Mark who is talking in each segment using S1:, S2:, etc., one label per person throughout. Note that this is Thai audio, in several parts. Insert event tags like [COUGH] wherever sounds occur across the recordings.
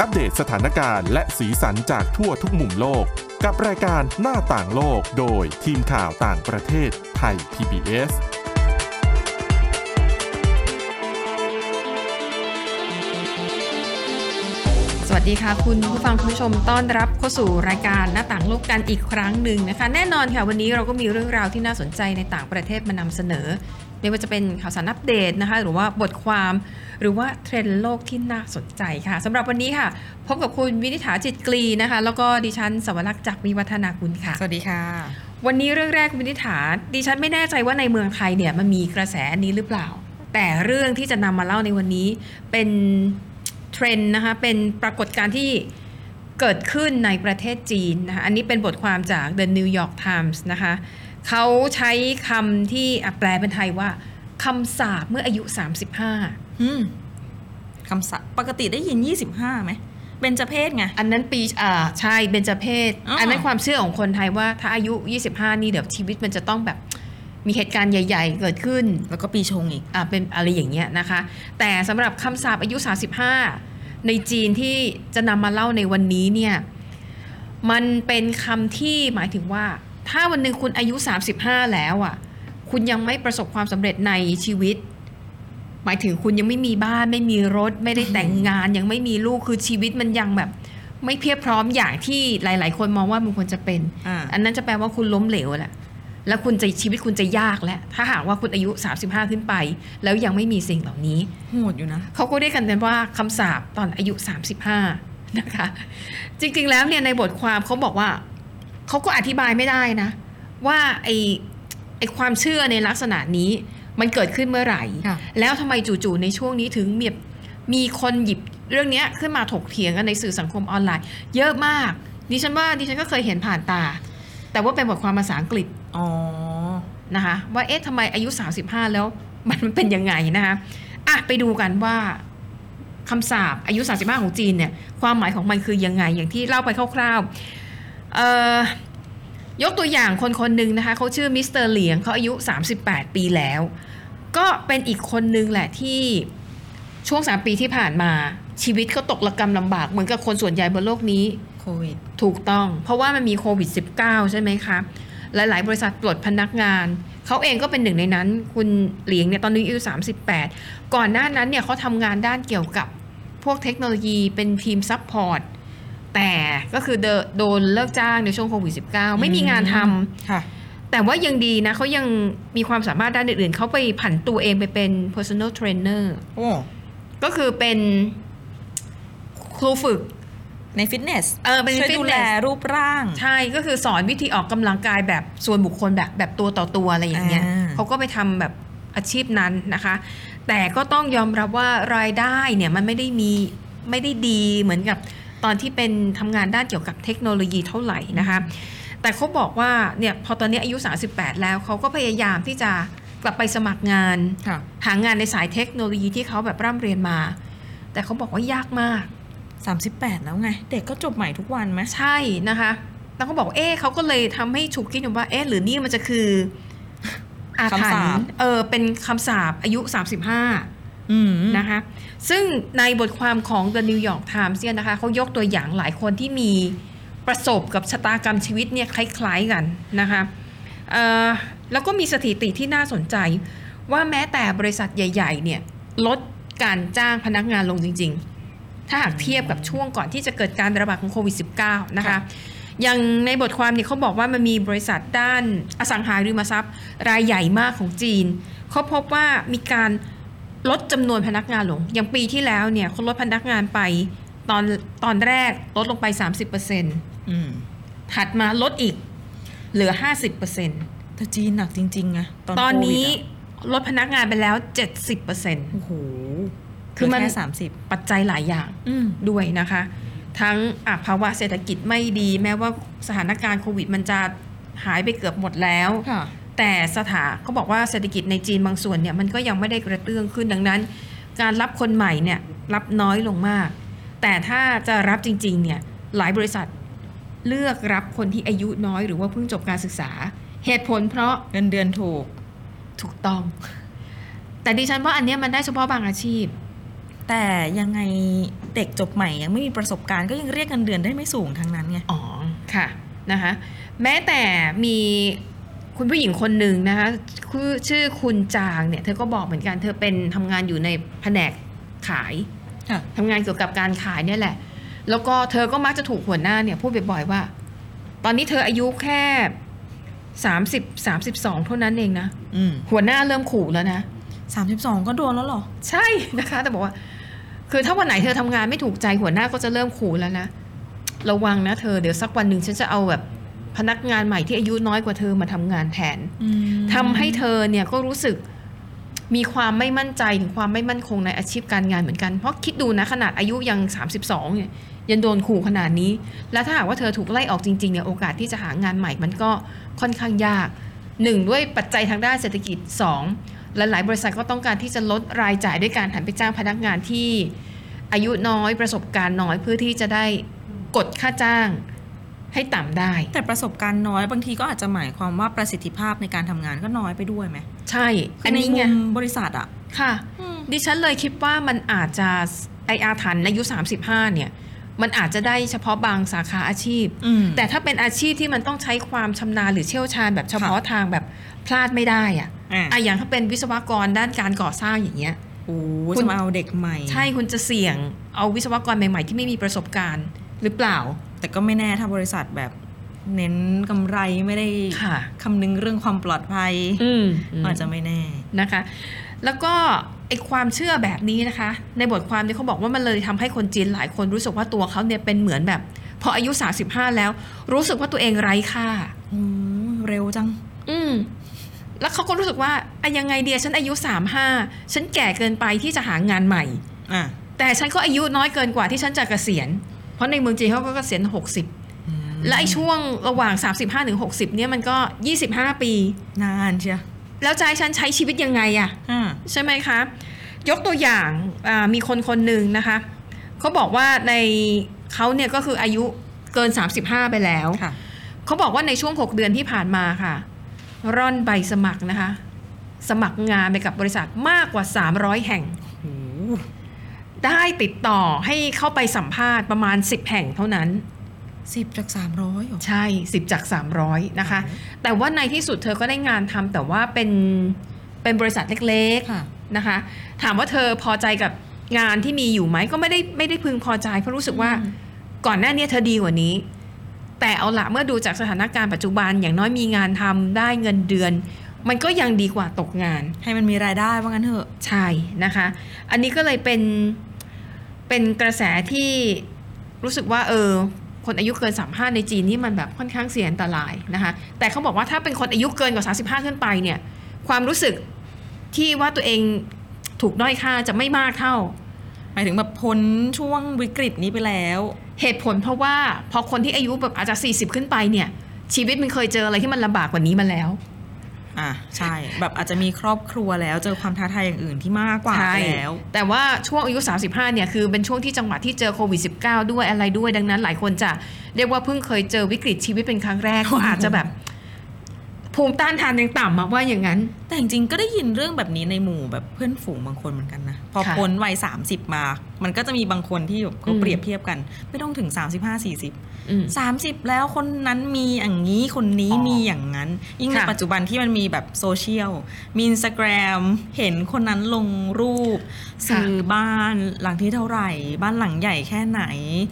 S1: อัปเดตสถานการณ์และสีสันจากทั่วทุกมุมโลก กับรายการหน้าต่างโลกโดยทีมข่าวต่างประเทศไทย PBS
S2: สวัสดีค่ะ คุณผู้ฟังคุณผู้ชมต้อนรับเข้าสู่รายการหน้าต่างโลกกันอีกครั้งหนึ่งนะคะ แน่นอนค่ะ วันนี้เราก็มีเรื่องราวที่น่าสนใจในต่างประเทศมานำเสนอ ไม่ว่าจะเป็นข่าวสารอัปเดตนะคะ หรือว่าบทความ หรือว่าเทรนด์โลกที่น่าสนใจค่ะสำหรับวันนี้ค่ะ พบกับคุณวินิษฐาจิตกลีนะคะ แล้วก็ดิฉันสวรักษ์จากวิวัฒนาคุณค่ะ
S3: สวัสดีค่ะ
S2: วันนี้เรื่องแรกคุณวินิษฐาดิฉันไม่แน่ใจว่าในเมืองไทยเนี่ยมันมีกระแสอันนี้หรือเปล่า แต่เรื่องที่จะนำมาเล่าในวันนี้เป็นเทรนด์นะคะเป็นปรากฏการณ์ที่เกิดขึ้นในประเทศจีนนะคะอันนี้เป็นบทความจาก The New York Times นะคะเขาใช้คำที่อ่ะแปลเป็นไทยว่าคำสาปเมื่ออายุ 35
S3: อืมคำศัพท์ปกติได้ยิน 25ไหมเบญจเพศไง
S2: อันนั้นปีอ่าใช่เบญจเพศ
S3: อ๋ออั
S2: อันนั้นความเชื่อของคนไทยว่าถ้าอายุ 25 นี่เดี๋ยวชีวิตมันจะต้องแบบมีเหตุการณ์ใหญ่ ๆ เกิดขึ้น
S3: แล้วก็ปีชงอีก
S2: อ่ะเป็นอะไรอย่างเงี้ยนะคะ แต่สำหรับคำสาปอายุ 35 ในจีนที่จะนำมาเล่าในวันนี้เนี่ยมันเป็นคำที่หมายถึงว่า ถ้าวันหนึ่งคุณอายุ 35 แล้วอ่ะ คุณยังไม่ประสบความสำเร็จในชีวิต หมายถึงคุณยังไม่มีบ้าน ไม่มีรถ ไม่ได้แต่งงาน ยังไม่มีลูกคือชีวิตมันยังแบบ ไม่เพียบพร้อมอย่างที่หลาย ๆ คนมองว่ามันควรจะเป็น
S3: อ่า
S2: อันนั้นจะแปลว่าคุณล้มเหลวแหละ แล้วคุณจะชีวิตคุณจะยากแล้ว ถ้าหากว่าคุณอายุ 35 ขึ้นไป แล้วยังไม่มีสิ่งเหล่านี้
S3: โหดอยู่นะ
S2: เขาก็เรียกกันว่าคำสาปตอนอายุ 35 นะคะ จริงๆแล้วเนี่ยในบทความเขาบอกว่าเขาก็อธิบายไม่ได้นะ ว่าไอไอความเชื่อในลักษณะนี้มันเกิดขึ้นเมื่อไหร่
S3: ค่ะ
S2: แล้วทำไมจู่ๆในช่วงนี้ถึงมีมีคนหยิบเรื่องเนี้ยขึ้นมาถกเถียงกันในสื่อสังคมออนไลน์ เยอะมากดิฉันว่าดิฉันก็เคยเห็นผ่านตา แต่ว่าเป็นบทความภาษาอังกฤษ
S3: อ๋อ
S2: นะคะว่าเอ๊ะทำไมอายุ 35 แล้วมันมันเป็นยังไงนะคะอ่ะไปดูกันว่าคำสาปอายุ 35 ของจีนเนี่ยความหมายของมันคือยังไง อย่างที่เล่าไปคร่าวๆเอ่อยกตัวอย่างคนคนหนึ่งนะคะเขาชื่อมิสเตอร์เหลียงเขาอายุ 38 ปีแล้ว ก็เป็นอีกคนนึงแหละที่ช่วง 3 ปีที่ผ่านมาชีวิตก็ตกระกำลำบากเหมือนกับคนส่วนใหญ่บนโลกนี้
S3: โควิด
S2: ถูกต้อง เพราะว่ามันมีโควิด -19 ใช่ไหมคะ หลาย ๆ บริษัทปลดพนักงาน เขาเองก็เป็นหนึ่งในนั้น คุณเหลียงเนี่ยตอนนี้อายุ38 ก่อนหน้านั้นเนี่ยเขาทำงานด้านเกี่ยวกับพวกเทคโนโลยีเป็นทีมซัพพอร์ต แต่ก็คือเดอะโดนเลิกจ้างในช่วงโควิด -19 ไม่มีงานทำ
S3: ค่ะ
S2: แต่ว่ายังดีนะเขายังมีความสามารถด้านอื่น ๆ เขาไปผันตัวเองไปเป็น personal trainer
S3: โอ้
S2: ก็คือเป็นครูฝึก
S3: ในฟิตเนส
S2: เออเป็น
S3: ช่วยดู
S2: fitness
S3: แลรูปร่าง
S2: ใช่ ก็คือสอนวิธีออกกำลังกายแบบส่วนบุคคลแบบแบบตัวต่อตัวอะไรอย่างเงี้ย
S3: อ่า
S2: เขาก็ไปทำแบบอาชีพนั้นนะคะ แต่ก็ต้องยอมรับว่ารายได้เนี่ยมันไม่ได้มีไม่ได้ดีเหมือนกับตอนที่เป็นทำงานด้านเกี่ยวกับเทคโนโลยีเท่าไหร่นะคะ แต่เขาบอกว่าเนี่ยพอตอนนี้อายุ 38 แล้วเขาก็พยายามที่จะกลับไปสมัครงาน
S3: ค่ะ
S2: หางานในสายเทคโนโลยีที่เขาแบบร่ำเรียนมา แต่เขาบอกว่ายากมาก
S3: 38 แล้วไง เด็กก็จบใหม่ทุกวันไหม
S2: ใช่นะคะ แล้วเขาบอกเอ๊ะเขาก็เลยทำให้ฉุกคิดว่า เอ๊ะหรือนี่มันจะคือ อาถรรพ์เออ เป็นคำสาปอายุ 35
S3: อืม
S2: นะคะ ซึ่งในบทความของ The New York Times เนี่ยนะคะเขายกตัวอย่างหลายคนที่มีประสบกับชะตากรรมชีวิตเนี่ยคล้ายๆกันนะคะเอ่อแล้วก็มีสถิติที่น่าสนใจ ว่าแม้แต่บริษัทใหญ่ๆเนี่ยลดการจ้างพนักงานลงจริงๆ ถ้าหากเทียบกับช่วงก่อนที่จะเกิดการระบาดของโควิด -19 นะคะ อย่างในบทความเนี่ยเขาบอกว่ามันมีบริษัทด้านอสังหาริมทรัพย์ รายใหญ่มากของจีน เขาพบว่ามีการลดจำนวนพนักงานลง อย่างปีที่แล้วเนี่ยเขาลดพนักงานไปตอนตอนแรกลดลงไป 30%
S3: อืม
S2: ถัดมาลดอีกเหลือ 50%
S3: แต่จีนหนักจริงๆไงตอน
S2: ตอนนี้
S3: โควิดอะ
S2: ลดพนักงานไปแล้ว 70%
S3: โอ้โห
S2: คือมัน
S3: เหลืแค่สามสิบ
S2: ปัจจัยหลายอย่าง
S3: อืม
S2: ด้วยนะคะ ทั้งอ่ะภาวะเศรษฐกิจไม่ดี แม้ว่าสถานการณ์โควิดมันจะหายไปเกือบหมดแล้ว
S3: ค่ะ
S2: แต่สถาเขาบอกว่าเศรษฐกิจในจีนบางส่วนเนี่ยมันก็ยังไม่ได้กระเตื้องขึ้นดังนั้น การรับคนใหม่เนี่ยรับน้อยลงมาก แต่ถ้าจะรับจริงๆเนี่ยหลายบริษัทเลือกรับคนที่อายุน้อยหรือว่าเพิ่งจบการศึกษา เหตุผลเพราะ
S3: เงินเดือนถูก
S2: ถูกต้อง แต่ดิฉันว่าอันเนี้ยมันได้เฉพาะบางอาชีพ
S3: แต่ยังไงเด็กจบใหม่ยังไม่มีประสบการณ์ก็ยังเรียกเงินเดือนได้ไม่สูงทั้งนั้นไง
S2: อ๋อค่ะนะคะแม้แต่มีคุณผู้หญิงคนหนึ่งนะคะคือชื่อคุณจางเนี่ยเธอก็บอกเหมือนกันเธอเป็นทำงานอยู่ในแผนกขาย
S3: ค่ะ
S2: ทำงานเกี่ยวกับการขายเนี่ยแหละ แล้วก็เธอก็มักจะถูกหัวหน้าเนี่ยพูดบ่อยๆว่า ตอนนี้เธออายุแค่30 32เท่านั้นเองนะ
S3: อืม
S2: หัวหน้าเริ่มขู่แล้วนะ
S3: สามสิบสองก็โดนแล้วเหรอ
S2: ใช่นะคะ แต่บอกว่า คือถ้าวันไหนเธอทำงานไม่ถูกใจหัวหน้าก็จะเริ่มขู่แล้วนะระวังนะเธอเดี๋ยวสักวันหนึ่งฉันจะเอาแบบพนักงานใหม่ที่อายุน้อยกว่าเธอมาทำงานแทน
S3: อืม
S2: ทำให้เธอเนี่ยก็รู้สึกมีความไม่มั่นใจถึงความไม่มั่นคงในอาชีพการงานเหมือนกัน เพราะคิดดูนะขนาดอายุยัง 32เนี่ยยังโดนขู่ขนาดนี้ แล้วถ้าหากว่าเธอถูกไล่ออกจริงๆเนี่ยโอกาสที่จะหางานใหม่มันก็ค่อนข้างยาก หนึ่งด้วยปัจจัยทางด้านเศรษฐกิจสองหลายๆบริษัทก็ต้องการที่จะลดรายจ่ายด้วยการหันไปจ้างพนักงานที่อายุน้อยประสบการณ์น้อยเพื่อที่จะได้กดค่าจ้างให้ต่ำได้
S3: แต่ประสบการณ์น้อยบางทีก็อาจจะหมายความว่าประสิทธิภาพในการทำงานก็น้อยไปด้วยไหม
S2: ใช่
S3: คื
S2: อันนี้
S3: ใมุ
S2: ไง
S3: มบริษัทอ่ะ
S2: ค่ะ ดิฉันเลยคิดว่ามันอาจจะไออาถันอายุ 35 เนี่ย มันอาจจะได้เฉพาะบางสาขาอาชีพ
S3: อืม
S2: แต่ถ้าเป็นอาชีพที่มันต้องใช้ความชำนาญหรือเชี่ยวชาญแบบเฉพาะทางแบบพลาดไม่ได้อะ
S3: อ่ะ
S2: อ่ะอย่างถ้าเป็นวิศวกรด้านการก่อสร้างอย่างเงี้ย
S3: โอ้
S2: คุ
S3: จะ
S2: ณ
S3: มาเอาเด็กใหม่
S2: ใช่คุณจะเสี่ยงเอาวิศวกรใหม่ ๆ ที่ไม่มีประสบการณ์หรือเปล่า
S3: แต่ก็ไม่แน่ถ้าบริษัทแบบ เน้นกำไรไม่ได้
S2: ค่ะ
S3: คำนึงเรื่องความปลอดภัย
S2: อืม
S3: ก็อาจจะไม่แน่
S2: นะคะ แล้วก็ไอความเชื่อแบบนี้นะคะ ในบทความเนี่ยเขาบอกว่ามันเลยทำให้คนจีนหลายคนรู้สึกว่าตัวเขาเนี่ยเป็นเหมือนแบบ พออายุ 35 แล้ว รู้สึกว่าตัวเองไร้ค่า
S3: อืมเร็วจัง
S2: อืม แล้วเขาก็รู้สึกว่าอะยังไงเดียฉันอายุ 35 ฉันแก่เกินไปที่จะหางานใหม่
S3: อ่ะ
S2: แต่ฉันก็อายุน้อยเกินกว่าที่ฉันจะเกษียณ เพราะในเมืองจีนเขาก็เกษียณ 60
S3: อืม
S2: และไอ้ช่วงระหว่าง 35ถึง60 เนี่ยมันก็ 25 ปี
S3: นานเชียว
S2: แล้วใจะให้ฉันใช้ชีวิตยังไงอะ
S3: อ่ะ
S2: ใช่ไหมคะ ยกตัวอย่างอ่ามีคนคนหนึ่งนะคะเขาบอกว่าในเขาเนี่ยก็คืออายุเกิน 35 ไปแล้ว
S3: ค่ะ
S2: เขาบอกว่าในช่วง 6 เดือนที่ผ่านมาค่ะ ร่อนใบสมัครนะคะ สมัครงานไปกับบริษัทมากกว่า 300 แห่ง ได้ติดต่อให้เข้าไปสัมภาษณ์ประมาณ 10 แห่งเท่านั้น
S3: สิบจากสามร้อยเหรอ
S2: ใช่ 10 จาก 300 นะคะ แต่ว่าในที่สุดเธอก็ได้งานทำแต่ว่าเป็นเป็นบริษัทเล็ก
S3: ค่ะ
S2: ๆนะคะ ถามว่าเธอพอใจกับงานที่มีอยู่ไหมก็ไม่ได้ไม่ได้พึงพอใจเพราะรู้สึกว่า
S3: อืม
S2: ก่อนหน้าเนี้เธอดีกว่านี้ แต่เอาละเมื่อดูจากสถานการณ์ปัจจุบันอย่างน้อยมีงานทำได้เงินเดือน มันก็ยังดีกว่าตกงาน
S3: ให้มันมีรายได้ว่างั้นเถอะ
S2: ใช่นะคะ อันนี้ก็เลยเป็นเป็นกระแสที่รู้สึกว่าเออคนอายุเกิน 35 ในจีนนี่มันแบบค่อนข้างเสี่ยงอันตรายนะคะ แต่เขาบอกว่าถ้าเป็นคนอายุเกินกว่า 35 ขึ้นไปเนี่ย ความรู้สึกที่ว่าตัวเองถูกด้อยค่าจะไม่มากเท่า
S3: หมายถึงแบบพ้นช่วงวิกฤตนี้ไปแล้ว
S2: เหตุผลเพราะว่าพอคนที่อายุแบบอาจจะ 40 ขึ้นไปเนี่ย ชีวิตมันเคยเจออะไรที่มันลำบากกว่านี้มาแล้ว
S3: อ่ะ ใช่ แบบอาจจะมีครอบครัวแล้ว เจอความท้าทายอย่างอื่นที่มากกว่า
S2: ใช่
S3: ไปแล้ว
S2: แต่ว่าช่วงอายุ 35 เนี่ย คือเป็นช่วงที่จังหวะที่เจอโควิด -19 ด้วยอะไรด้วยดังนั้นหลายคนจะเรียกว่าเพิ่งเคยเจอวิกฤตชีวิตเป็นครั้ง
S3: [LAUGHS]
S2: แรก ก็อาจจะแบบ ภูมิต้านทานยังต่ำอะว่าอย่างนั้น
S3: แต่จริงๆ ก็ได้ยินเรื่องแบบนี้ในหมู่แบบเพื่อนฝูงบางคนเหมือนกันนะ พอ
S2: ค่ะ
S3: พ้นวัยสามสิบมา มันก็จะมีบางคนที่แบบเขา
S2: อืม
S3: เปรียบเทียบกัน ไม่ต้องถึง 35 40
S2: อืม
S3: 30 แล้วคนนั้นมีอย่างนี้คนนี้
S2: อ๋อ
S3: มีอย่างนั้น ยิ่งใน
S2: ค่ะ
S3: ปัจจุบันที่มันมีแบบโซเชียล มีอินสตาแกรมเห็นคนนั้นลงรูป
S2: ค่ะ
S3: ซื้อบ้านหลังที่เท่าไหร่ บ้านหลังใหญ่แค่ไหน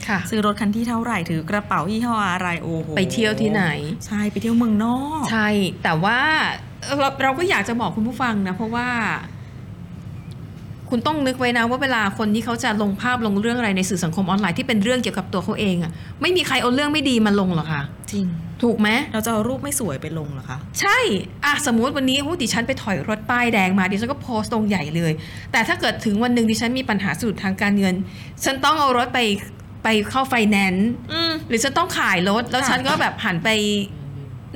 S2: ค่ะ
S3: ซื้อรถคันที่เท่าไหร่ถือกระเป๋ายี่ห้ออะไรโอ้โห
S2: ไปเที่ยวที่ไหน
S3: ใช่ไปเที่ยวเมืองนอก
S2: ใช่ แต่ว่าเอ่อเราเราก็อยากจะบอกคุณผู้ฟังนะ เพราะว่า คุณต้องนึกไว้นะว่าเวลาคนที่เขาจะลงภาพลงเรื่องอะไรในสื่อสังคมออนไลน์ที่เป็นเรื่องเกี่ยวกับตัวเขาเองอะไม่มีใครเอาเรื่องไม่ดีมาลงหรอกค่ะ
S3: จริง
S2: ถูกไหม
S3: เราจะเอารูปไม่สวยไปลงเหรอคะ
S2: ใช่อะสมมติวันนี้อู้ดิฉันไปถอยรถป้ายแดงมา ดิฉันก็โพสต์ตรงใหญ่เลย แต่ถ้าเกิดถึงวันหนึ่งดิฉันมีปัญหาสะดุดทางการเงิน ฉันต้องเอารถไปไปเข้าไฟแนนซ์
S3: อืม
S2: หรือฉันต้องขายรถ แล้ว
S3: ค่ะ
S2: ฉันก็แบบหันไป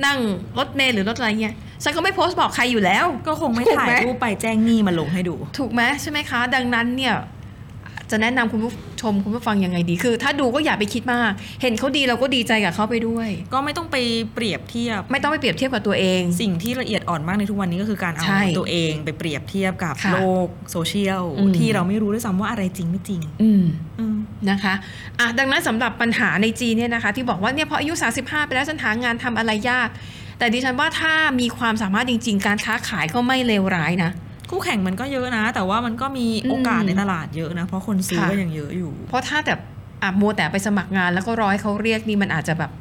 S2: นั่งรถเมล์หรือรถอะไรเงี้ย ฉันก็ไม่โพสต์บอกใครอยู่แล้ว
S3: ก็คงไม่
S2: ถูก
S3: ถ่าย
S2: ไหม
S3: รูปไปแจ้งหนี้มาลงให้ดู
S2: ถูกไหมใช่ไหมคะ ดังนั้นเนี่ย จะแนะนำคุณผู้ชมคุณผู้ฟังยังไงดี คือ ถ้าดูก็อย่าไปคิดมาก เห็นเขาดีเราก็ดีใจกับเขาไปด้วย
S3: ก็ไม่ต้องไปเปรียบเทียบ
S2: ไม่ต้องไปเปรียบเทียบกับตัวเอง
S3: สิ่งที่ละเอียดอ่อนมากในทุกวันนี้ก็คือการเอา
S2: ใช่
S3: ตัวเองไปเปรียบเทียบกับ
S2: ค่ะ
S3: โลกโซเชียล
S2: อืม
S3: ที่เราไม่รู้ด้วยซ้ำว่าอะไรจริงไม่จริง
S2: อืม
S3: อืม
S2: นะคะอ่ะดังนั้นสำหรับปัญหาในจีนเนี่ยนะคะ ที่บอกว่าเนี่ยพออายุ 35 ไปแล้วฉันหางานทำอะไรยาก แต่ดิฉันว่าถ้ามีความสามารถจริง ๆ การค้าขายก็ไม่เลวร้ายนะ
S3: คู่แข่งมันก็เยอะนะ แต่ว่ามันก็มีโอกาส
S2: อืม
S3: ในตลาดเยอะนะ เพราะคนซื้อ
S2: ค่ะ
S3: ก็ยังเยอะอยู่
S2: เพราะถ้าแบบอ่ะมัวแต่ไปสมัครงานแล้วก็ร้อยเขาเรียกนี่มันอาจจะแบบ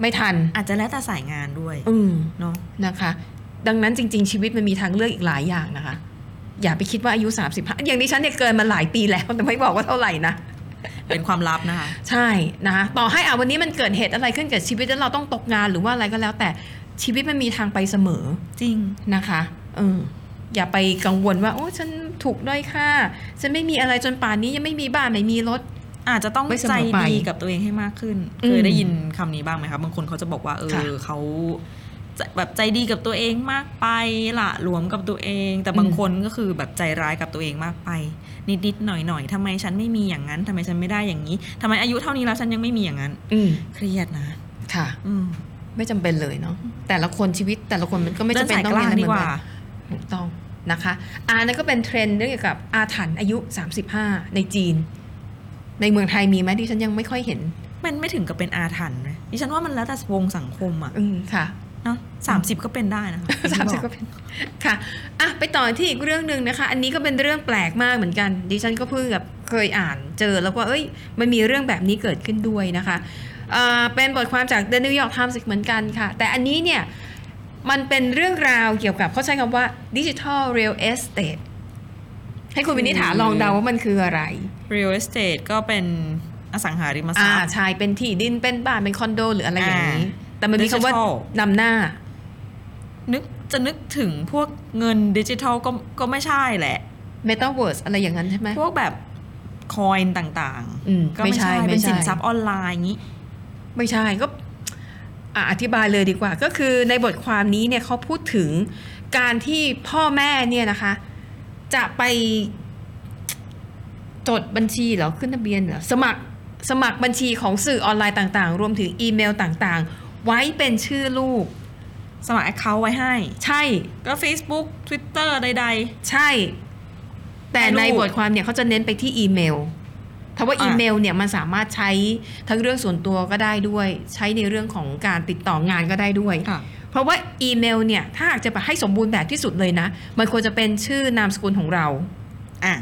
S2: ไม่ทัน
S3: อาจจะแล้วแต่สายงานด้วย
S2: อืม
S3: เนาะ
S2: นะคะ ดังนั้นจริง ๆ ชีวิตมันมีทางเลือกอีกหลายอย่างนะคะ อย่าไปคิดว่าอายุ 35 อย่างนี้ฉันเนี่ยเกินมาหลายปีแล้ว แต่ไม่บอกว่าเท่าไหร่นะ
S3: เป็นความลับนะคะ
S2: ใช่นะคะต่อให้อ่ะวันนี้มันเกิดเหตุอะไรขึ้นกับชีวิตแล้วเราต้องตกงานหรือว่าอะไรก็แล้ว แต่ชีวิตมันมีทางไปเสมอ
S3: จริง
S2: นะคะเอออย่าไปกังวลว่าโอ้ฉันถูกด้อยค่าฉันไม่มีอะไรจนป่านนี้ยังไม่มีบ้านไม่มีรถ
S3: อาจจะต้อง
S2: ไม่เสม
S3: ใจ
S2: อไป
S3: ดีกับตัวเองให้มากขึ้น
S2: อืม
S3: เคยได้ยินคำนี้บ้างไหมคะบางคนเขาจะบอกว่าเอ
S2: ค่ะ
S3: อเขาจะแบบใจดีกับตัวเองมากไปละหลวมกับตัวเอง แต่บาง
S2: อืม
S3: คนก็คือแบบใจร้ายกับตัวเองมากไป นิดๆหน่อยๆทำไมฉันไม่มีอย่างนั้นทำไมฉันไม่ได้อย่างนี้ทำไมอายุเท่านี้แล้วฉันยังไม่มีอย่างนั้น
S2: อืม
S3: เครียดนะ
S2: ค่ะ
S3: อืม
S2: ไม่จำเป็นเลยเนาะแต่ละคนชีวิตแต่ละคนมันก็ไม่จำเป็นต้อง
S3: ดิ
S2: มี
S3: สยกลา
S2: อะไร
S3: ง
S2: เห
S3: ดี
S2: มือน
S3: กว่า
S2: กันถูกต้องนะคะอ่านั่นก็เป็นเทรนด์เรื่องเกี่ยวกับอาถรรพ์อายุ 35 ในจีน ในเมืองไทยมีไหมดิฉันยังไม่ค่อยเห็น
S3: มันไม่ถึงกับเป็นอาถรรพ์ไหมดิฉันว่ามันแล้วแต่วงสังคมอะ
S2: อืมค่ะ
S3: เนาะสามสิบก็เป็นได้นะคะอย่
S2: [LAUGHS]
S3: ง
S2: สาม
S3: ที่
S2: สิบ
S3: อ
S2: ก็เป็นค่ะอ่ะ ไปต่อที่อีกเรื่องหนึ่งนะคะ อันนี้ก็เป็นเรื่องแปลกมากเหมือนกัน ดิฉันก็เพิ่งแบบเคยอ่านเจอแล้วว่าเอ้ย มันมีเรื่องแบบนี้เกิดขึ้นด้วยนะคะอ่าเป็นบทความจาก The New York Times อีกเหมือนกันค่ะ แต่อันนี้เนี่ย มันเป็นเรื่องราวเกี่ยวกับเขาใช้คำว่า Digital Real Estate ให้คุณวินิษฐาลองเดาว่ามันคืออะไร
S3: Real Estate ก็เป็นอสังหาริมทรั
S2: อ่า
S3: พย์
S2: ใช่เป็นที่ดินเป็นบ้านเป็นคอนโด หรืออะไรอย่างนี้
S3: อ่า
S2: แต่มันมีคำว่า
S3: Digital
S2: นำหน้า
S3: นึกจะนึกถึงพวกเงินดิจิทัลก็ก็ไม่ใช่แหละ
S2: Metaverse อะไรอย่างนั้นใช่ไหม
S3: พวกแบบคอยน์ต่าง
S2: อืม
S3: ๆ ก็
S2: ไม่
S3: ไม่
S2: ใช่
S3: ใช่เป็
S2: ไม่
S3: น
S2: ใช่
S3: สินทรัพย์ออนไลน์อย่างนี้
S2: ไม่ใช่ก็อ่ะอธิบายเลยดีกว่า ก็คือในบทความนี้เนี่ยเขาพูดถึงการที่พ่อแม่เนี่ยนะคะ จะไปจดบัญชีเหรอขึ้นทะเบียนเหรอสมัครสมัครบัญชีของสื่อออนไลน์ต่างๆ รวมถึงอีเมลต่างๆ ไว้เป็นชื่อลูก
S3: สมัคร account ไว้ให้
S2: ใช่
S3: ก็ Facebook Twitter ใด
S2: ใช่ แต่
S3: ให้ลูก
S2: ในบทความเนี่ยเขาจะเน้นไปที่อีเมลทว่า
S3: อ่ะ
S2: อีเมลเนี่ยมันสามารถใช้ทั้งเรื่องส่วนตัวก็ได้ด้วย ใช้ในเรื่องของการติดต่องานก็ได้ด้วย
S3: ๆ ค่ะ
S2: เพราะว่าอีเมลเนี่ย ถ้าหากจะให้สมบูรณ์แบบที่สุดเลยนะ มันควรจะเป็นชื่อนามสกุลของเรา
S3: อ่ะ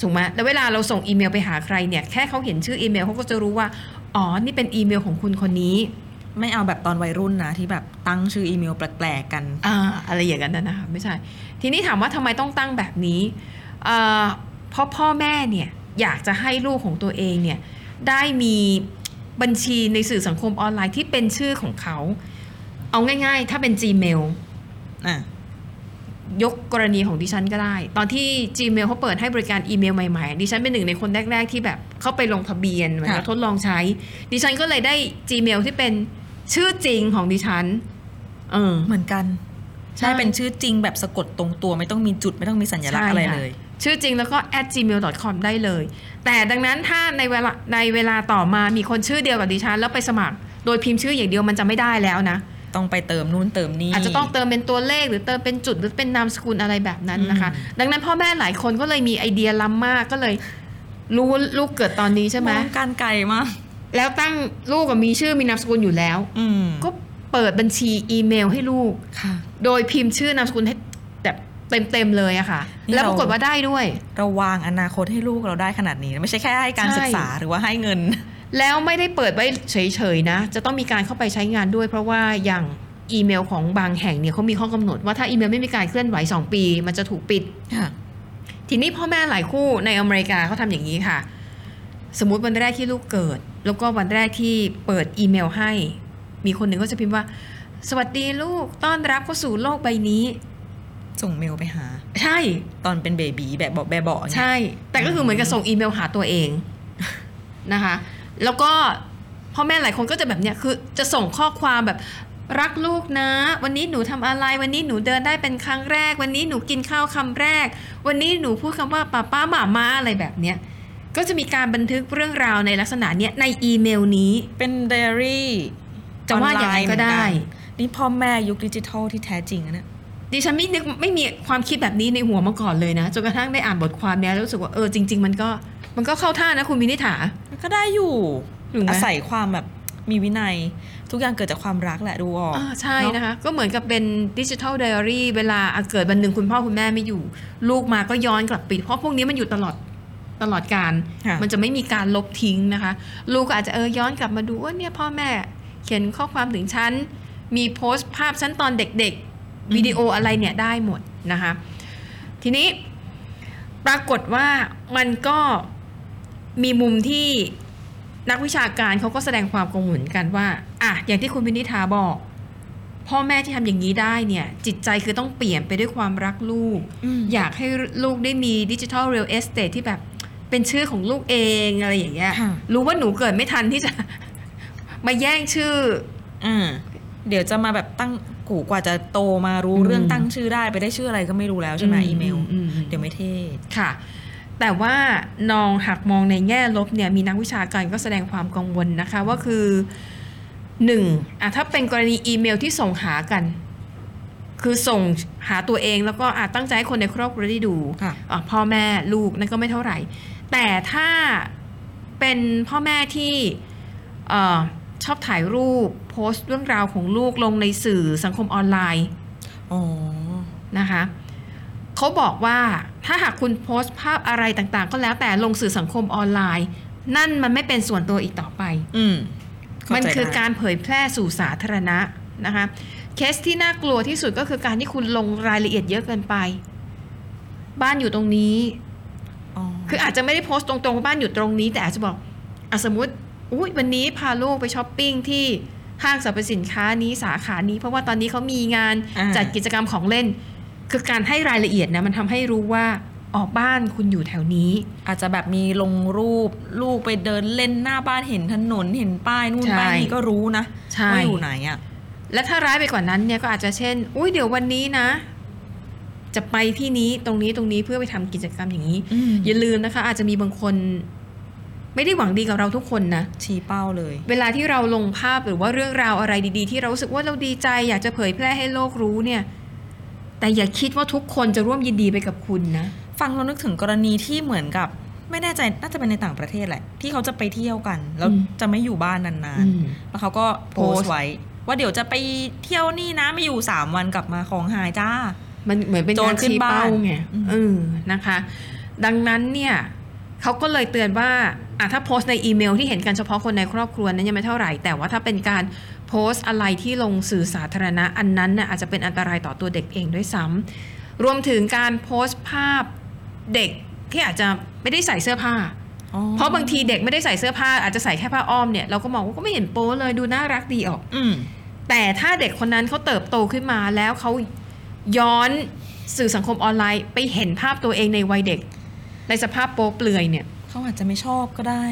S2: ถูกไหมแล้วเวลาเราส่งอีเมลไปหาใครเนี่ย แค่เขาเห็นชื่ออีเมลเขาก็จะรู้ว่า อ๋อ นี่เป็นอีเมลของคุณคนนี้
S3: ไม่เอาแบบตอนวัยรุ่นนะ ที่แบบตั้งชื่ออีเมลแปลกๆกัน
S2: อ่าอะไรอย่างนั้นนะนะคะไม่ใช่ ทีนี้ถามว่าทำไมต้องตั้งแบบนี้อ่าเพราะพ่อแม่เนี่ย อยากจะให้ลูกของตัวเองเนี่ย ได้มีบัญชีในสื่อสังคมออนไลน์ที่เป็นชื่อของเขา เอาง่ายๆ ถ้าเป็น Gmail
S3: อ่ะ
S2: ยกกรณีของดิฉันก็ได้ ตอนที่ Gmail เขาเปิดให้บริการอีเมลใหม่ๆ ดิฉันเป็นหนึ่งในคนแรก ๆ ที่แบบเข้าไปลงทะเบียนเหมือนกับ
S3: ค่ะ
S2: ทดลองใช้ ดิฉันก็เลยได้ Gmail ที่เป็นชื่อจริงของดิฉัน เออ
S3: เหมือนกัน
S2: ใช่
S3: ใช่เป็นชื่อจริงแบบสะกดตรงตัวไม่ต้องมีจุดไม่ต้องมีสัญลักษณ์อะไร
S2: ใช่ค่
S3: เลย
S2: ชื่อจริงแล้วก็ at gmail.com ได้เลย แต่ดังนั้นถ้าในเวลาในเวลาต่อมามีคนชื่อเดียวกับดิฉัน แล้วไปสมัคร โดยพิมพ์ชื่ออย่างเดียวมันจะไม่ได้แล้วนะ
S3: ต้องไปเติมนู่นเติมนี่
S2: อาจจะต้องเติมเป็นตัวเลขหรือเติมเป็นจุดหรือเป็นนามสกุลอะไรแบบนั้นนะคะ
S3: อืม
S2: ดังนั้นพ่อแม่หลายคนก็เลยมีไอเดียล้ำมากก็เลย รู้ลูกเกิดตอนนี้ใช่ไหม
S3: มองการไกลมาก
S2: แล้วตั้งลูกก็มีชื่อมีนามสกุลอยู่แล้ว
S3: อืม
S2: ก็เปิดบัญชีอีเมลให้ลูก
S3: ค่ะ
S2: โดยพิมพ์ชื่อนามสกุลให้แบบเต็มๆเลยอะค่ะ
S3: นี่
S2: แล้ว
S3: เรา
S2: ปรากฏว่าได้ด้วย
S3: เราวางอนาคตให้ลูกเราได้ขนาดนี้ ไม่ใช่แค่ให้การ
S2: ใช่
S3: ศึกษาหรือว่าให้เงิน
S2: [LAUGHS] แล้วไม่ได้เปิดไว้เฉยๆนะ จะต้องมีการเข้าไปใช้งานด้วย เพราะว่าอย่างอีเมลของบางแห่งเนี่ยเขามีข้อกำหนดว่าถ้าอีเมลไม่มีการเคลื่อนไหว 2 ปี มันจะถูกปิด ทีนี้พ่อแม่หลายคู่ในอเมริกาเขาทำอย่างนี้ค่ะ สมมุติวันแรกที่ลูกเกิด แล้วก็วันแรกที่เปิดอีเมลให้ มีคนหนึ่งก็จะพิมพ์ว่า สวัสดีลูกต้อนรับเข้าสู่โลกใบนี้
S3: ส่งเมลไปหา
S2: ใช่
S3: ตอนเป็นเบบีแบบเบาะแบบเบาะอย่างเงี้ย
S2: ใช่ แต่ก็คือเหมือนกับส่งอีเมลหาตัวเอง [LAUGHS] นะคะ แล้วก็พ่อแม่หลายคนก็จะแบบเนี้ย คือจะส่งข้อความแบบรักลูกนะ วันนี้หนูทำอะไร วันนี้หนูเดินได้เป็นครั้งแรก วันนี้หนูกินข้าวคำแรก วันนี้หนูพูดคำว่าป้าป้าหมามาอะไรแบบเนี้ย ก็จะมีการบันทึกเรื่องราวในลักษณะเนี้ยในอีเมลนี้
S3: เป็นไดอารี่
S2: จะว่าอย่างนั้นก็ได้
S3: นี่พ่อแม่ยุคดิจิทัลที่แท้จริงนะเนี่ย
S2: ดิฉันไม่นึกไม่มีความคิดแบบนี้ในหัวมาก่อนเลยนะจนกระทั่งได้อ่านบทความเนี้ยแล้วรู้สึกว่าเออจริง ๆ มันก็มันก็เข้าท่านะคุณวินิษฐา
S3: ก็ได้อยู่
S2: ถูกไหม
S3: อาศัยความแบบมีวินัย ทุกอย่างเกิดจากความรักแหละดูออก
S2: อ่าใช่
S3: เอ
S2: นะคะ ก็เหมือนกับเป็นดิจิทัลไดอารี่เวลาอ่ะเกิดวันหนึ่งคุณพ่อคุณแม่ไม่อยู่ ลูกมาก็ย้อนกลับไปเพราะพวกนี้มันอยู่ตลอดตลอดการ
S3: ค่ะ
S2: มันจะไม่มีการลบทิ้งนะคะ ลูกก็อาจจะเออย้อนกลับมาดูว่าเนี่ยพ่อแม่เขียนข้อความถึงฉัน มีโพสต์ภาพฉันตอนเด็กๆ วิดีโออะไรเนี่ยได้หมดนะคะ ทีนี้ปรากฏว่ามันก็มีมุมที่นักวิชาการเขาก็แสดงความกังวลกันว่าอ่ะอย่างที่คุณวินิธาบอก พ่อแม่ที่ทำอย่างนี้ได้เนี่ย จิตใจคือต้องเปลี่ยนไปด้วยความรักลูก
S3: ม
S2: อยากให้ลูกได้มีดิจิทัลเรียลเอสเตทที่แบบเป็นชื่อของลูกเองอะไรอย่างเงี้ย
S3: ค่ะ
S2: รู้ว่าหนูเกิดไม่ทันที่จะ [LAUGHS] มาแย่งชื่อ
S3: อ่าเดี๋ยวจะมาแบบตั้งกูกว่าจะโตมารู้
S2: อืม
S3: เรื่องตั้งชื่อได้ไปได้ชื่ออะไรก็ไม่รู้แล้วใช่ไหมอีเมล เดี๋ยวไม่เท่
S2: ค่ะ แต่ว่านองหากมองในแง่ลบเนี่ยมีนักวิชาการก็แสดงความกังวลนะคะว่าคือหนึ่งอ่ะถ้าเป็นกรณีอีเมลที่ส่งหากัน คือส่งหาตัวเองแล้วก็อาจตั้งใจให้คนในครอบครัวได้ดู
S3: ค่ะ
S2: อ่ะพ่อแม่ลูกนั่นก็ไม่เท่าไหร่ แต่ถ้าเป็นพ่อแม่ที่เออชอบถ่ายรูปโพสต์เรื่องราวของลูกลงในสื่อสังคมออนไลน์
S3: อ๋อ
S2: นะคะเขาบอกว่าถ้าหากคุณโพสต์ภาพอะไรต่างๆ ก็แล้วแต่ลงสื่อสังคมออนไลน์ นั่นมันไม่เป็นส่วนตัวอีกต่อไป
S3: อืมเข้า
S2: มัน
S3: ใจ
S2: คือ
S3: ได้
S2: การเผยแพร่สู่สาธารณะนะคะเคสที่น่ากลัวที่สุดก็คือการที่คุณลงรายละเอียดเยอะเกินไป บ้านอยู่ตรงนี้
S3: อ๋อ
S2: คืออาจจะไม่ได้โพสต์ตรงๆว่าบ้านอยู่ตรงนี้ แต่อาจจะบอกอะสมมติอุยวันนี้พาลูกไปช้อปปิ้งที่ห้างสรรพสินค้านี้สาขานี้ เพราะว่าตอนนี้เขามีงาน
S3: า
S2: จัดกิจกรรมของเล่น คือการให้รายละเอียดนะมันทำให้รู้ว่าออกบ้านคุณอยู่แถวนี้
S3: อาจจะแบบมีลงรูปลูกไปเดินเล่นหน้าบ้านเห็นถนนเห็นป้ายนู่น
S2: ใช่
S3: ป้ายนี่ก็รู้นะว่า
S2: ว่า
S3: อ
S2: อยู่ ยู่
S3: ไห
S2: นะ
S3: นอ่ะ
S2: และถ้าร้ายไปกว่านั้นเนี่ยก็อาจจะเช่น อุ้ยเดี๋ยววันนี้นะ จะไปที่นี้ตรงนี้ตรงนี้เพื่อไปทำกิจกรรมอย่างนี้
S3: อืม
S2: อย่าลืมนะคะ อาจจะมีบางคน ไม่ได้หวังดีกับเราทุกคนนะ
S3: ชี้เป้าเลย
S2: เวลาที่เราลงภาพหรือว่าเรื่องราวอะไรดีๆ ที่เรารู้สึกว่าเราดีใจ อยากจะเผยแพร่ให้โลกรู้เนี่ย แต่อย่าคิดว่าทุกคนจะร่วมยินดีไปกับคุณนะ
S3: ฟังเรานึกถึงกรณีที่เหมือนกับ ไม่แน่ใจน่าจะเป็นในต่างประเทศแหละ ที่เขาจะไปเที่ยวกัน แล้ว
S2: อืม
S3: จะไม่อยู่บ้านนาน
S2: อืม
S3: ๆ แล้วเขาก็โพ
S2: โพ
S3: ส
S2: สต์
S3: ต์ไว้ ว่าเดี๋ยวจะไปเที่ยวนี่นะไม่อยู่ 3 วันกลับมาของหายจ้า
S2: มันเหมือนเป็น
S3: โจ
S2: การ ร
S3: ขึ้น
S2: ชี้
S3: บ้า
S2: เป้าน ไง
S3: อืม
S2: เออนะคะ ดังนั้นเนี่ยเขาก็เลยเตือนว่าอ่ะถ้าโพสต์ในอีเมลที่เห็นกันเฉพาะคนในครอบครัวนั้นยังไม่เท่าไหร่ แต่ว่าถ้าเป็นการโพสต์อะไรที่ลงสื่อสาธารณะอันนั้นน่ะอาจจะเป็นอันตรายต่อตัวเด็กเองด้วยซ้ำรวมถึงการโพสต์ภาพเด็กที่อาจจะไม่ได้ใส่เสื้อผ้า เพราะบางทีเด็กไม่ได้ใส่เสื้อผ้า อาจจะใส่แค่ผ้าอ้อมเนี่ยเราก็มองว่าก็ไม่เห็นโป๊เลยดูน่ารักดีออก
S3: อืม
S2: แต่ถ้าเด็กคนนั้นเขาเติบโตขึ้นมาแล้วเขาย้อนสื่อสังคมออนไลน์ ไปเห็นภาพตัวเองในวัยเด็ก ในสภาพโป๊เปลือยเนี่ย
S3: เขาอาจจะไม่ชอบก็ได้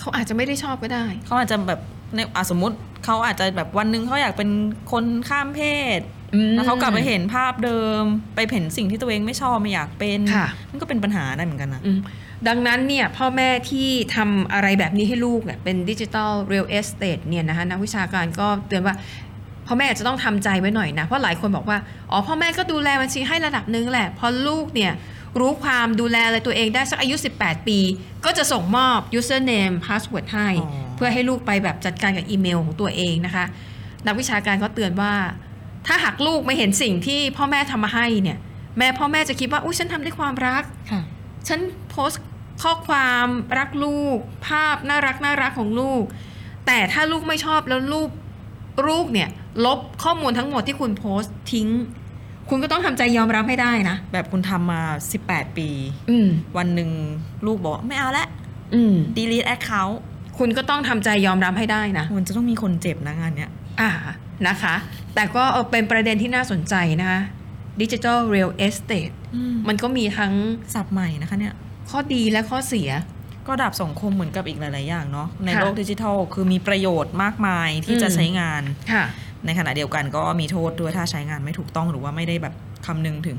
S2: เขาอาจจะไม่ได้ชอบก็ได้
S3: เขาอาจจะแบบในอ่ะสมมติเขาอาจจะแบบวันหนึงเขาอยากเป็นคนข้ามเพศ แล้วเขากลับไปเห็นภาพเดิม ไปเห็นสิ่งที่ตัวเองไม่ชอบไม่อยากเป็น
S2: ค่ะ
S3: มันก็เป็นปัญหาได้เหมือนกันนะ
S2: อืมดังนั้นเนี่ยพ่อแม่ที่ทำอะไรแบบนี้ให้ลูกเนี่ยเป็นดิจิ t a ลเรียลเอสเต e เนี่ยนะคะนักวิชาการก็เตือนว่าพ่อแม่อาจจะต้องทำใจไว้หน่อยนะ เพราะหลายคนบอกว่า อ๋อ พ่อแม่ก็ดูแลบัญชีให้ระดับหนึงแหละ พอลูกเนี่ยรู้ความดูแลอะไรตัวเองได้สักอายุ 18 ปี ก็จะส่งมอบ username password ให้
S3: อ๋อ
S2: เพื่อให้ลูกไปแบบจัดการกับอีเมลของตัวเองนะคะ นักวิชาการก็เตือนว่า ถ้าหากลูกไม่เห็นสิ่งที่พ่อแม่ทำมาให้เนี่ยแม่พ่อแม่จะคิดว่าอุ้ยฉันทำด้วยความรัก
S3: ค่ะ
S2: ฉันโพสต์ข้อความรักลูก ภาพน่ารักน่ารักของลูก แต่ถ้าลูกไม่ชอบแล้วลูกลูกเนี่ยลบข้อมูลทั้งหมดที่คุณโพสต์ทิ้ง คุณก็ต้องทำใจยอมรับให้ได้นะ
S3: แบบคุณทำมา 18 ปี
S2: อืม
S3: วันหนึ่งลูกบอกว่าไม่เอาละ
S2: อืม
S3: delete account
S2: คุณก็ต้องทำใจยอมรับให้ได้นะ
S3: มันจะต้องมีคนเจ็บนะงานเนี้ย
S2: อ่านะคะ แต่ก็เออเป็นประเด็นที่น่าสนใจนะคะดิจิทัลเรียลเอสเต e
S3: มั
S2: มัน นก็มีทั้ง
S3: สับใหม่นะคะเนี่ย
S2: ข้อดีและข้อเสีย
S3: ก็ดับสังคมเหมือนกับอีกหลาย ๆ อย่างเนาะ ใน
S2: ค่ะ
S3: โลกดิจิทัลคือมีประโยชน์มากมายที่
S2: อืม
S3: จะใช้งาน
S2: ค่ะ
S3: ในขณะเดียวกันก็มีโทษด้วยถ้าใช้งานไม่ถูกต้องหรือว่าไม่ได้แบบคำนึงถึง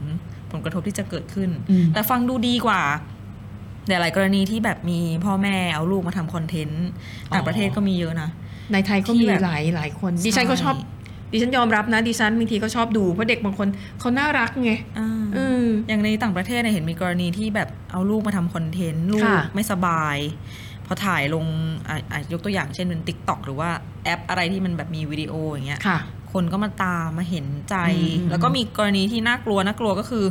S3: ผลกระทบที่จะเกิดขึ้น
S2: อืม
S3: แต่ฟังดูดีกว่า หลายๆกรณีที่แบบมีพ่อแม่เอาลูกมาทำคอนเทนต์ต่างประเทศก็มีเยอะนะ
S2: ในไทยก็
S3: ที่
S2: มี
S3: แบบ
S2: หลายหลายคน
S3: ใช่
S2: ดิฉันก็ชอบ ดิฉันยอมรับนะดิฉันบางทีก็ชอบดูเพราะเด็กบางคนเขาน่ารักไง
S3: อ่า
S2: อืม
S3: อย่างในต่างประเทศเนี่ยเห็นมีกรณีที่แบบเอาลูกมาทำคอนเทนต์ลูก
S2: ค่ะ
S3: ไม่สบาย พอถ่ายลงอ่ะอ่ะยกตัวอย่างเช่นเป็น t ิ k t o k หรือว่าแอปอะไรที่มันแบบมีวิดีโออย่างเงี้ย
S2: ค่ะ
S3: คนก็มาตามมาเห็นใจ
S2: อืมอืม
S3: แล้วก็มีกรณีที่น่ากลัวน่ากลัวก็คือ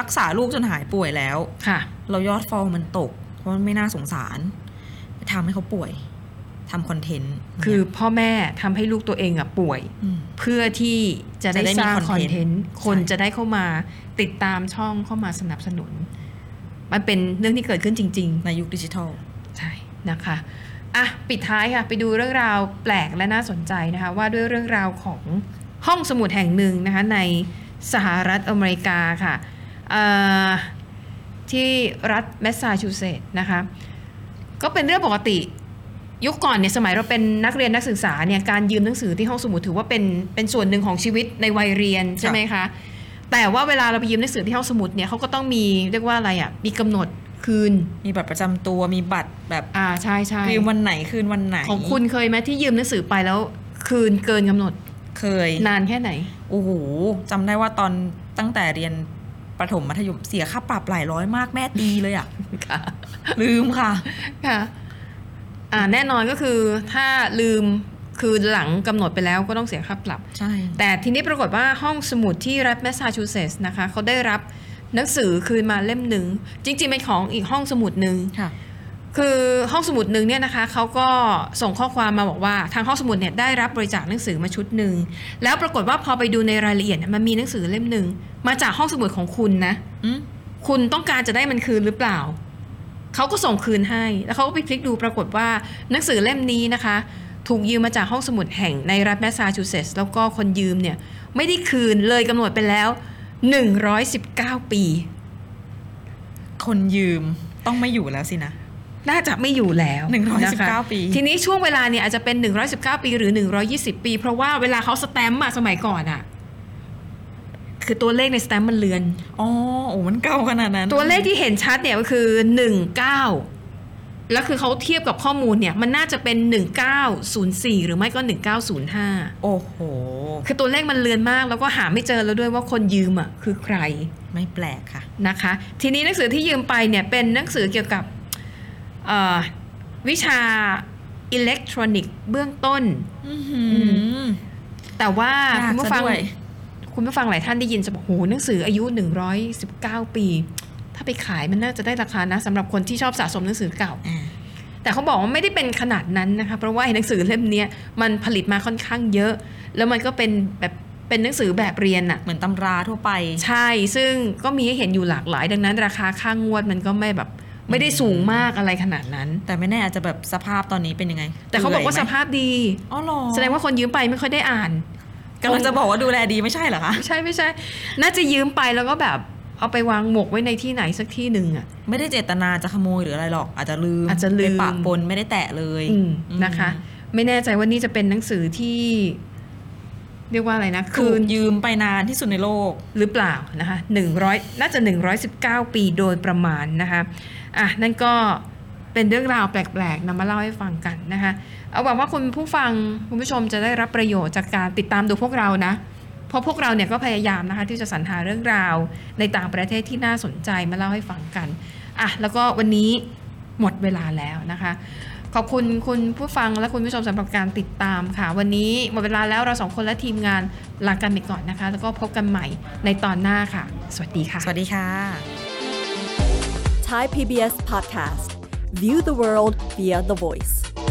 S3: รักษาลูกจนหายป่วยแล้ว
S2: ค่ะ
S3: เรายอดฟอลมันตก เพราะมันไม่น่าสงสารไปทำให้เขาป่วยทำคอนเทนต์
S2: คือพ่อแม่ทำให้ลูกตัวเองอะป่วย
S3: ม
S2: เพื่อที่จะได้
S3: จะได้มี
S2: สร้างคอน
S3: content
S2: เทนต์คน
S3: ใช่
S2: จะได้เข้ามาติดตามช่องเข้ามาสนับสนุน มันเป็นเรื่องที่เกิดขึ้นจริง ๆ
S3: ในยุคดิจิทัล
S2: ใช่นะคะอ่ะปิดท้ายค่ะไปดูเรื่องราวแปลกและน่าสนใจนะคะ ว่าด้วยเรื่องราวของห้องสมุดแห่งหนึ่งนะคะในสหรัฐอเมริกาค่ะเอ่อที่รัฐแมสซาชูเซตส์นะคะ ก็เป็นเรื่องปกติ ยุคก่อนเนี่ยสมัยเราเป็นนักเรียนนักศึกษาเนี่ยการยืมหนังสือที่ห้องสมุดถือว่าเป็นเป็นส่วนหนึ่งของชีวิตในวัยเรียนใช่ไหมคะ แต่ว่าเวลาเราไปยืมหนังสือที่ห้องสมุดเนี่ยเขาก็ต้องมีเรียกว่าอะไรอ่ะมีกำหนดคืน
S3: มีบัตรประจำตัวมีบัตรแบบ
S2: อ่าใช่ใช่
S3: คืนวันไหนคืนวันไหน
S2: ของคุณเคยไหมที่ยืมหนังสือไปแล้ว คืนเกินกำหนด
S3: เคย
S2: นานแค่ไหน
S3: โอ้โหจำได้ว่าตอนตั้งแต่เรียนประถมมัธยมเสียค่าปรับหลายร้อยมากแม่ตีเลยอะ
S2: [LAUGHS] ค่ะ
S3: ลืมค่ะ
S2: ค่ะอ่าแน่นอนก็คือถ้าลืมคืนหลังกำหนดไปแล้วก็ต้องเสียค่าปรับ
S3: ใช่
S2: แต่ทีนี้ปรากฏว่าห้องสมุดที่รัฐแมสซาชูเซตส์นะคะเขาได้รับหนังสือคืนมาเล่มหนึ่ง จริงๆเป็นของอีกห้องสมุดหนึ่ง
S3: ค่ะ
S2: คือห้องสมุดหนึ่งเนี่ยนะคะเขาก็ส่งข้อความมาบอกว่าทางห้องสมุดเนี่ยได้รับบริจาคหนังสือมาชุดหนึ่งแล้วปรากฏว่าพอไปดูในรายละเอียดเนี่ยมันมีหนังสือเล่มหนึ่งมาจากห้องสมุดของคุณนะ
S3: อืม
S2: คุณต้องการจะได้มันคืนหรือเปล่า เขาก็ส่งคืนให้ แล้วเขาก็ไปคลิกดูปรากฏว่าหนังสือเล่มนี้นะคะ ถูกยืมมาจากห้องสมุดแห่งในรัฐแมสซาชูเซตส์แล้วก็คนยืมเนี่ย ไม่ได้คืนเลยกำหนดไปแล้ว 119 ปี
S3: คนยืมต้องไม่อยู่แล้วสินะ
S2: น่าจะไม่อยู่แล้ว
S3: 119
S2: นะคะ
S3: ปี
S2: ทีนี้ช่วงเวลาเนี่ยอาจจะเป็น 119 ปีหรือ 120 ปี เพราะว่าเวลาเขาสแตมป์อะสมัยก่อนอะคือตัวเลขในสแตมป์มันเลือน
S3: อ๋อโอ้มันเก่าขนาดนั้น
S2: ตัวเลขที่เห็นชัดเนี่ยก็คือ 19 แล้วคือเขาเทียบกับข้อมูลเนี่ยมันน่าจะเป็น 1904 หรือไม่ก็ 1905
S3: โอ้โห
S2: คือตัวเลขมันเลือนมาก แล้วก็หาไม่เจอแล้วด้วยว่าคนยืมอ่ะคือใคร
S3: ไม่แปลกค่ะ
S2: นะคะ ทีนี้หนังสือที่ยืมไปเนี่ยเป็นหนังสือเกี่ยวกับเอ่อวิชาอิเล็กทรอนิกส์เบื้องต้น
S3: อือหือ
S2: แต่ว่า
S3: อย
S2: คุณ
S3: ก
S2: ผู้
S3: ซะ
S2: ฟัง
S3: ด้วย
S2: คุณผู้ฟังหลายท่านได้ยินจะบอกโหหนังสืออายุ 119 ปี ถ้าไปขายมันน่าจะได้ราคานะสำหรับคนที่ชอบสะสมหนังสือเก่า
S3: อ่า
S2: แต่เขาบอกว่าไม่ได้เป็นขนาดนั้นนะคะเพราะว่าไอ้หนังสือเล่มเนี้ยมันผลิตมาค่อนข้างเยอะ แล้วมันก็เป็นแบบเป็นหนังสือแบบเรียนอะ
S3: เหมือนตำราทั่วไป
S2: ใช่ซึ่งก็มีให้เห็นอยู่หลากหลาย ดังนั้น ราคาค่างวดมันก็ไม่แบบไม่ได้สูงมากอะไรขนาดนั้น
S3: แต่ไม่แน่อาจจะแบบสภาพตอนนี้เป็นยังไง
S2: แต่เขาบอกว่า
S3: ปื่ยไห
S2: ส
S3: ม
S2: ภาพดี
S3: อ๋อเหรอ
S2: แสดงว่าคนยืมไปไม่ค่อยได้อ่าน
S3: กำลังจะบอกว่าดูแลดีไม่ใช่เหรอคะ
S2: ไม่ใช่ไม่ใช่ น่าจะยืมไปแล้วก็แบบเอาไปวางหมกไว้ในที่ไหนสักที่หนึ่งอ่ะ
S3: ไม่ได้เจตนาจะขโมยหรืออะไรหรอก อาจจะลืม
S2: อาจจะลืม
S3: ไปปะปนไม่ได้แตะเลย
S2: อืม
S3: อืม
S2: นะคะ ไม่แน่ใจว่านี่จะเป็นหนังสือที่ เรียกว่าอะไรนะ
S3: คื
S2: คื
S3: น
S2: น
S3: ยืมไปนานที่สุดในโลก
S2: หรือเปล่านะคะหนึ่งร้อยน่าจะหนึ่งร้อยสิบเก้าปีโดยประมาณนะคะอ่ะนั่นก็เป็นเรื่องราวแปลกๆนำมาเล่าให้ฟังกันนะคะ เอาหวังว่าคุณผู้ฟังคุณผู้ชมจะได้รับประโยชน์จากการติดตามดูพวกเรานะ เพราะพวกเราเนี่ยก็พยายามนะคะที่จะสรรหาเรื่องราวในต่างประเทศที่น่าสนใจมาเล่าให้ฟังกันอ่ะแล้วก็วันนี้หมดเวลาแล้วนะคะ ขอบคุณคุณผู้ฟังและคุณผู้ชมสำหรับการติดตามค่ะ วันนี้หมดเวลาแล้วเราสองคนและทีมงานลากันไปก่อนนะคะ แล้วก็พบกันใหม่ในตอนหน้าค่ะ สวัสดีค่ะ
S3: สวัสดีค่ะ
S4: Thai PBS podcast. View the world via the voice.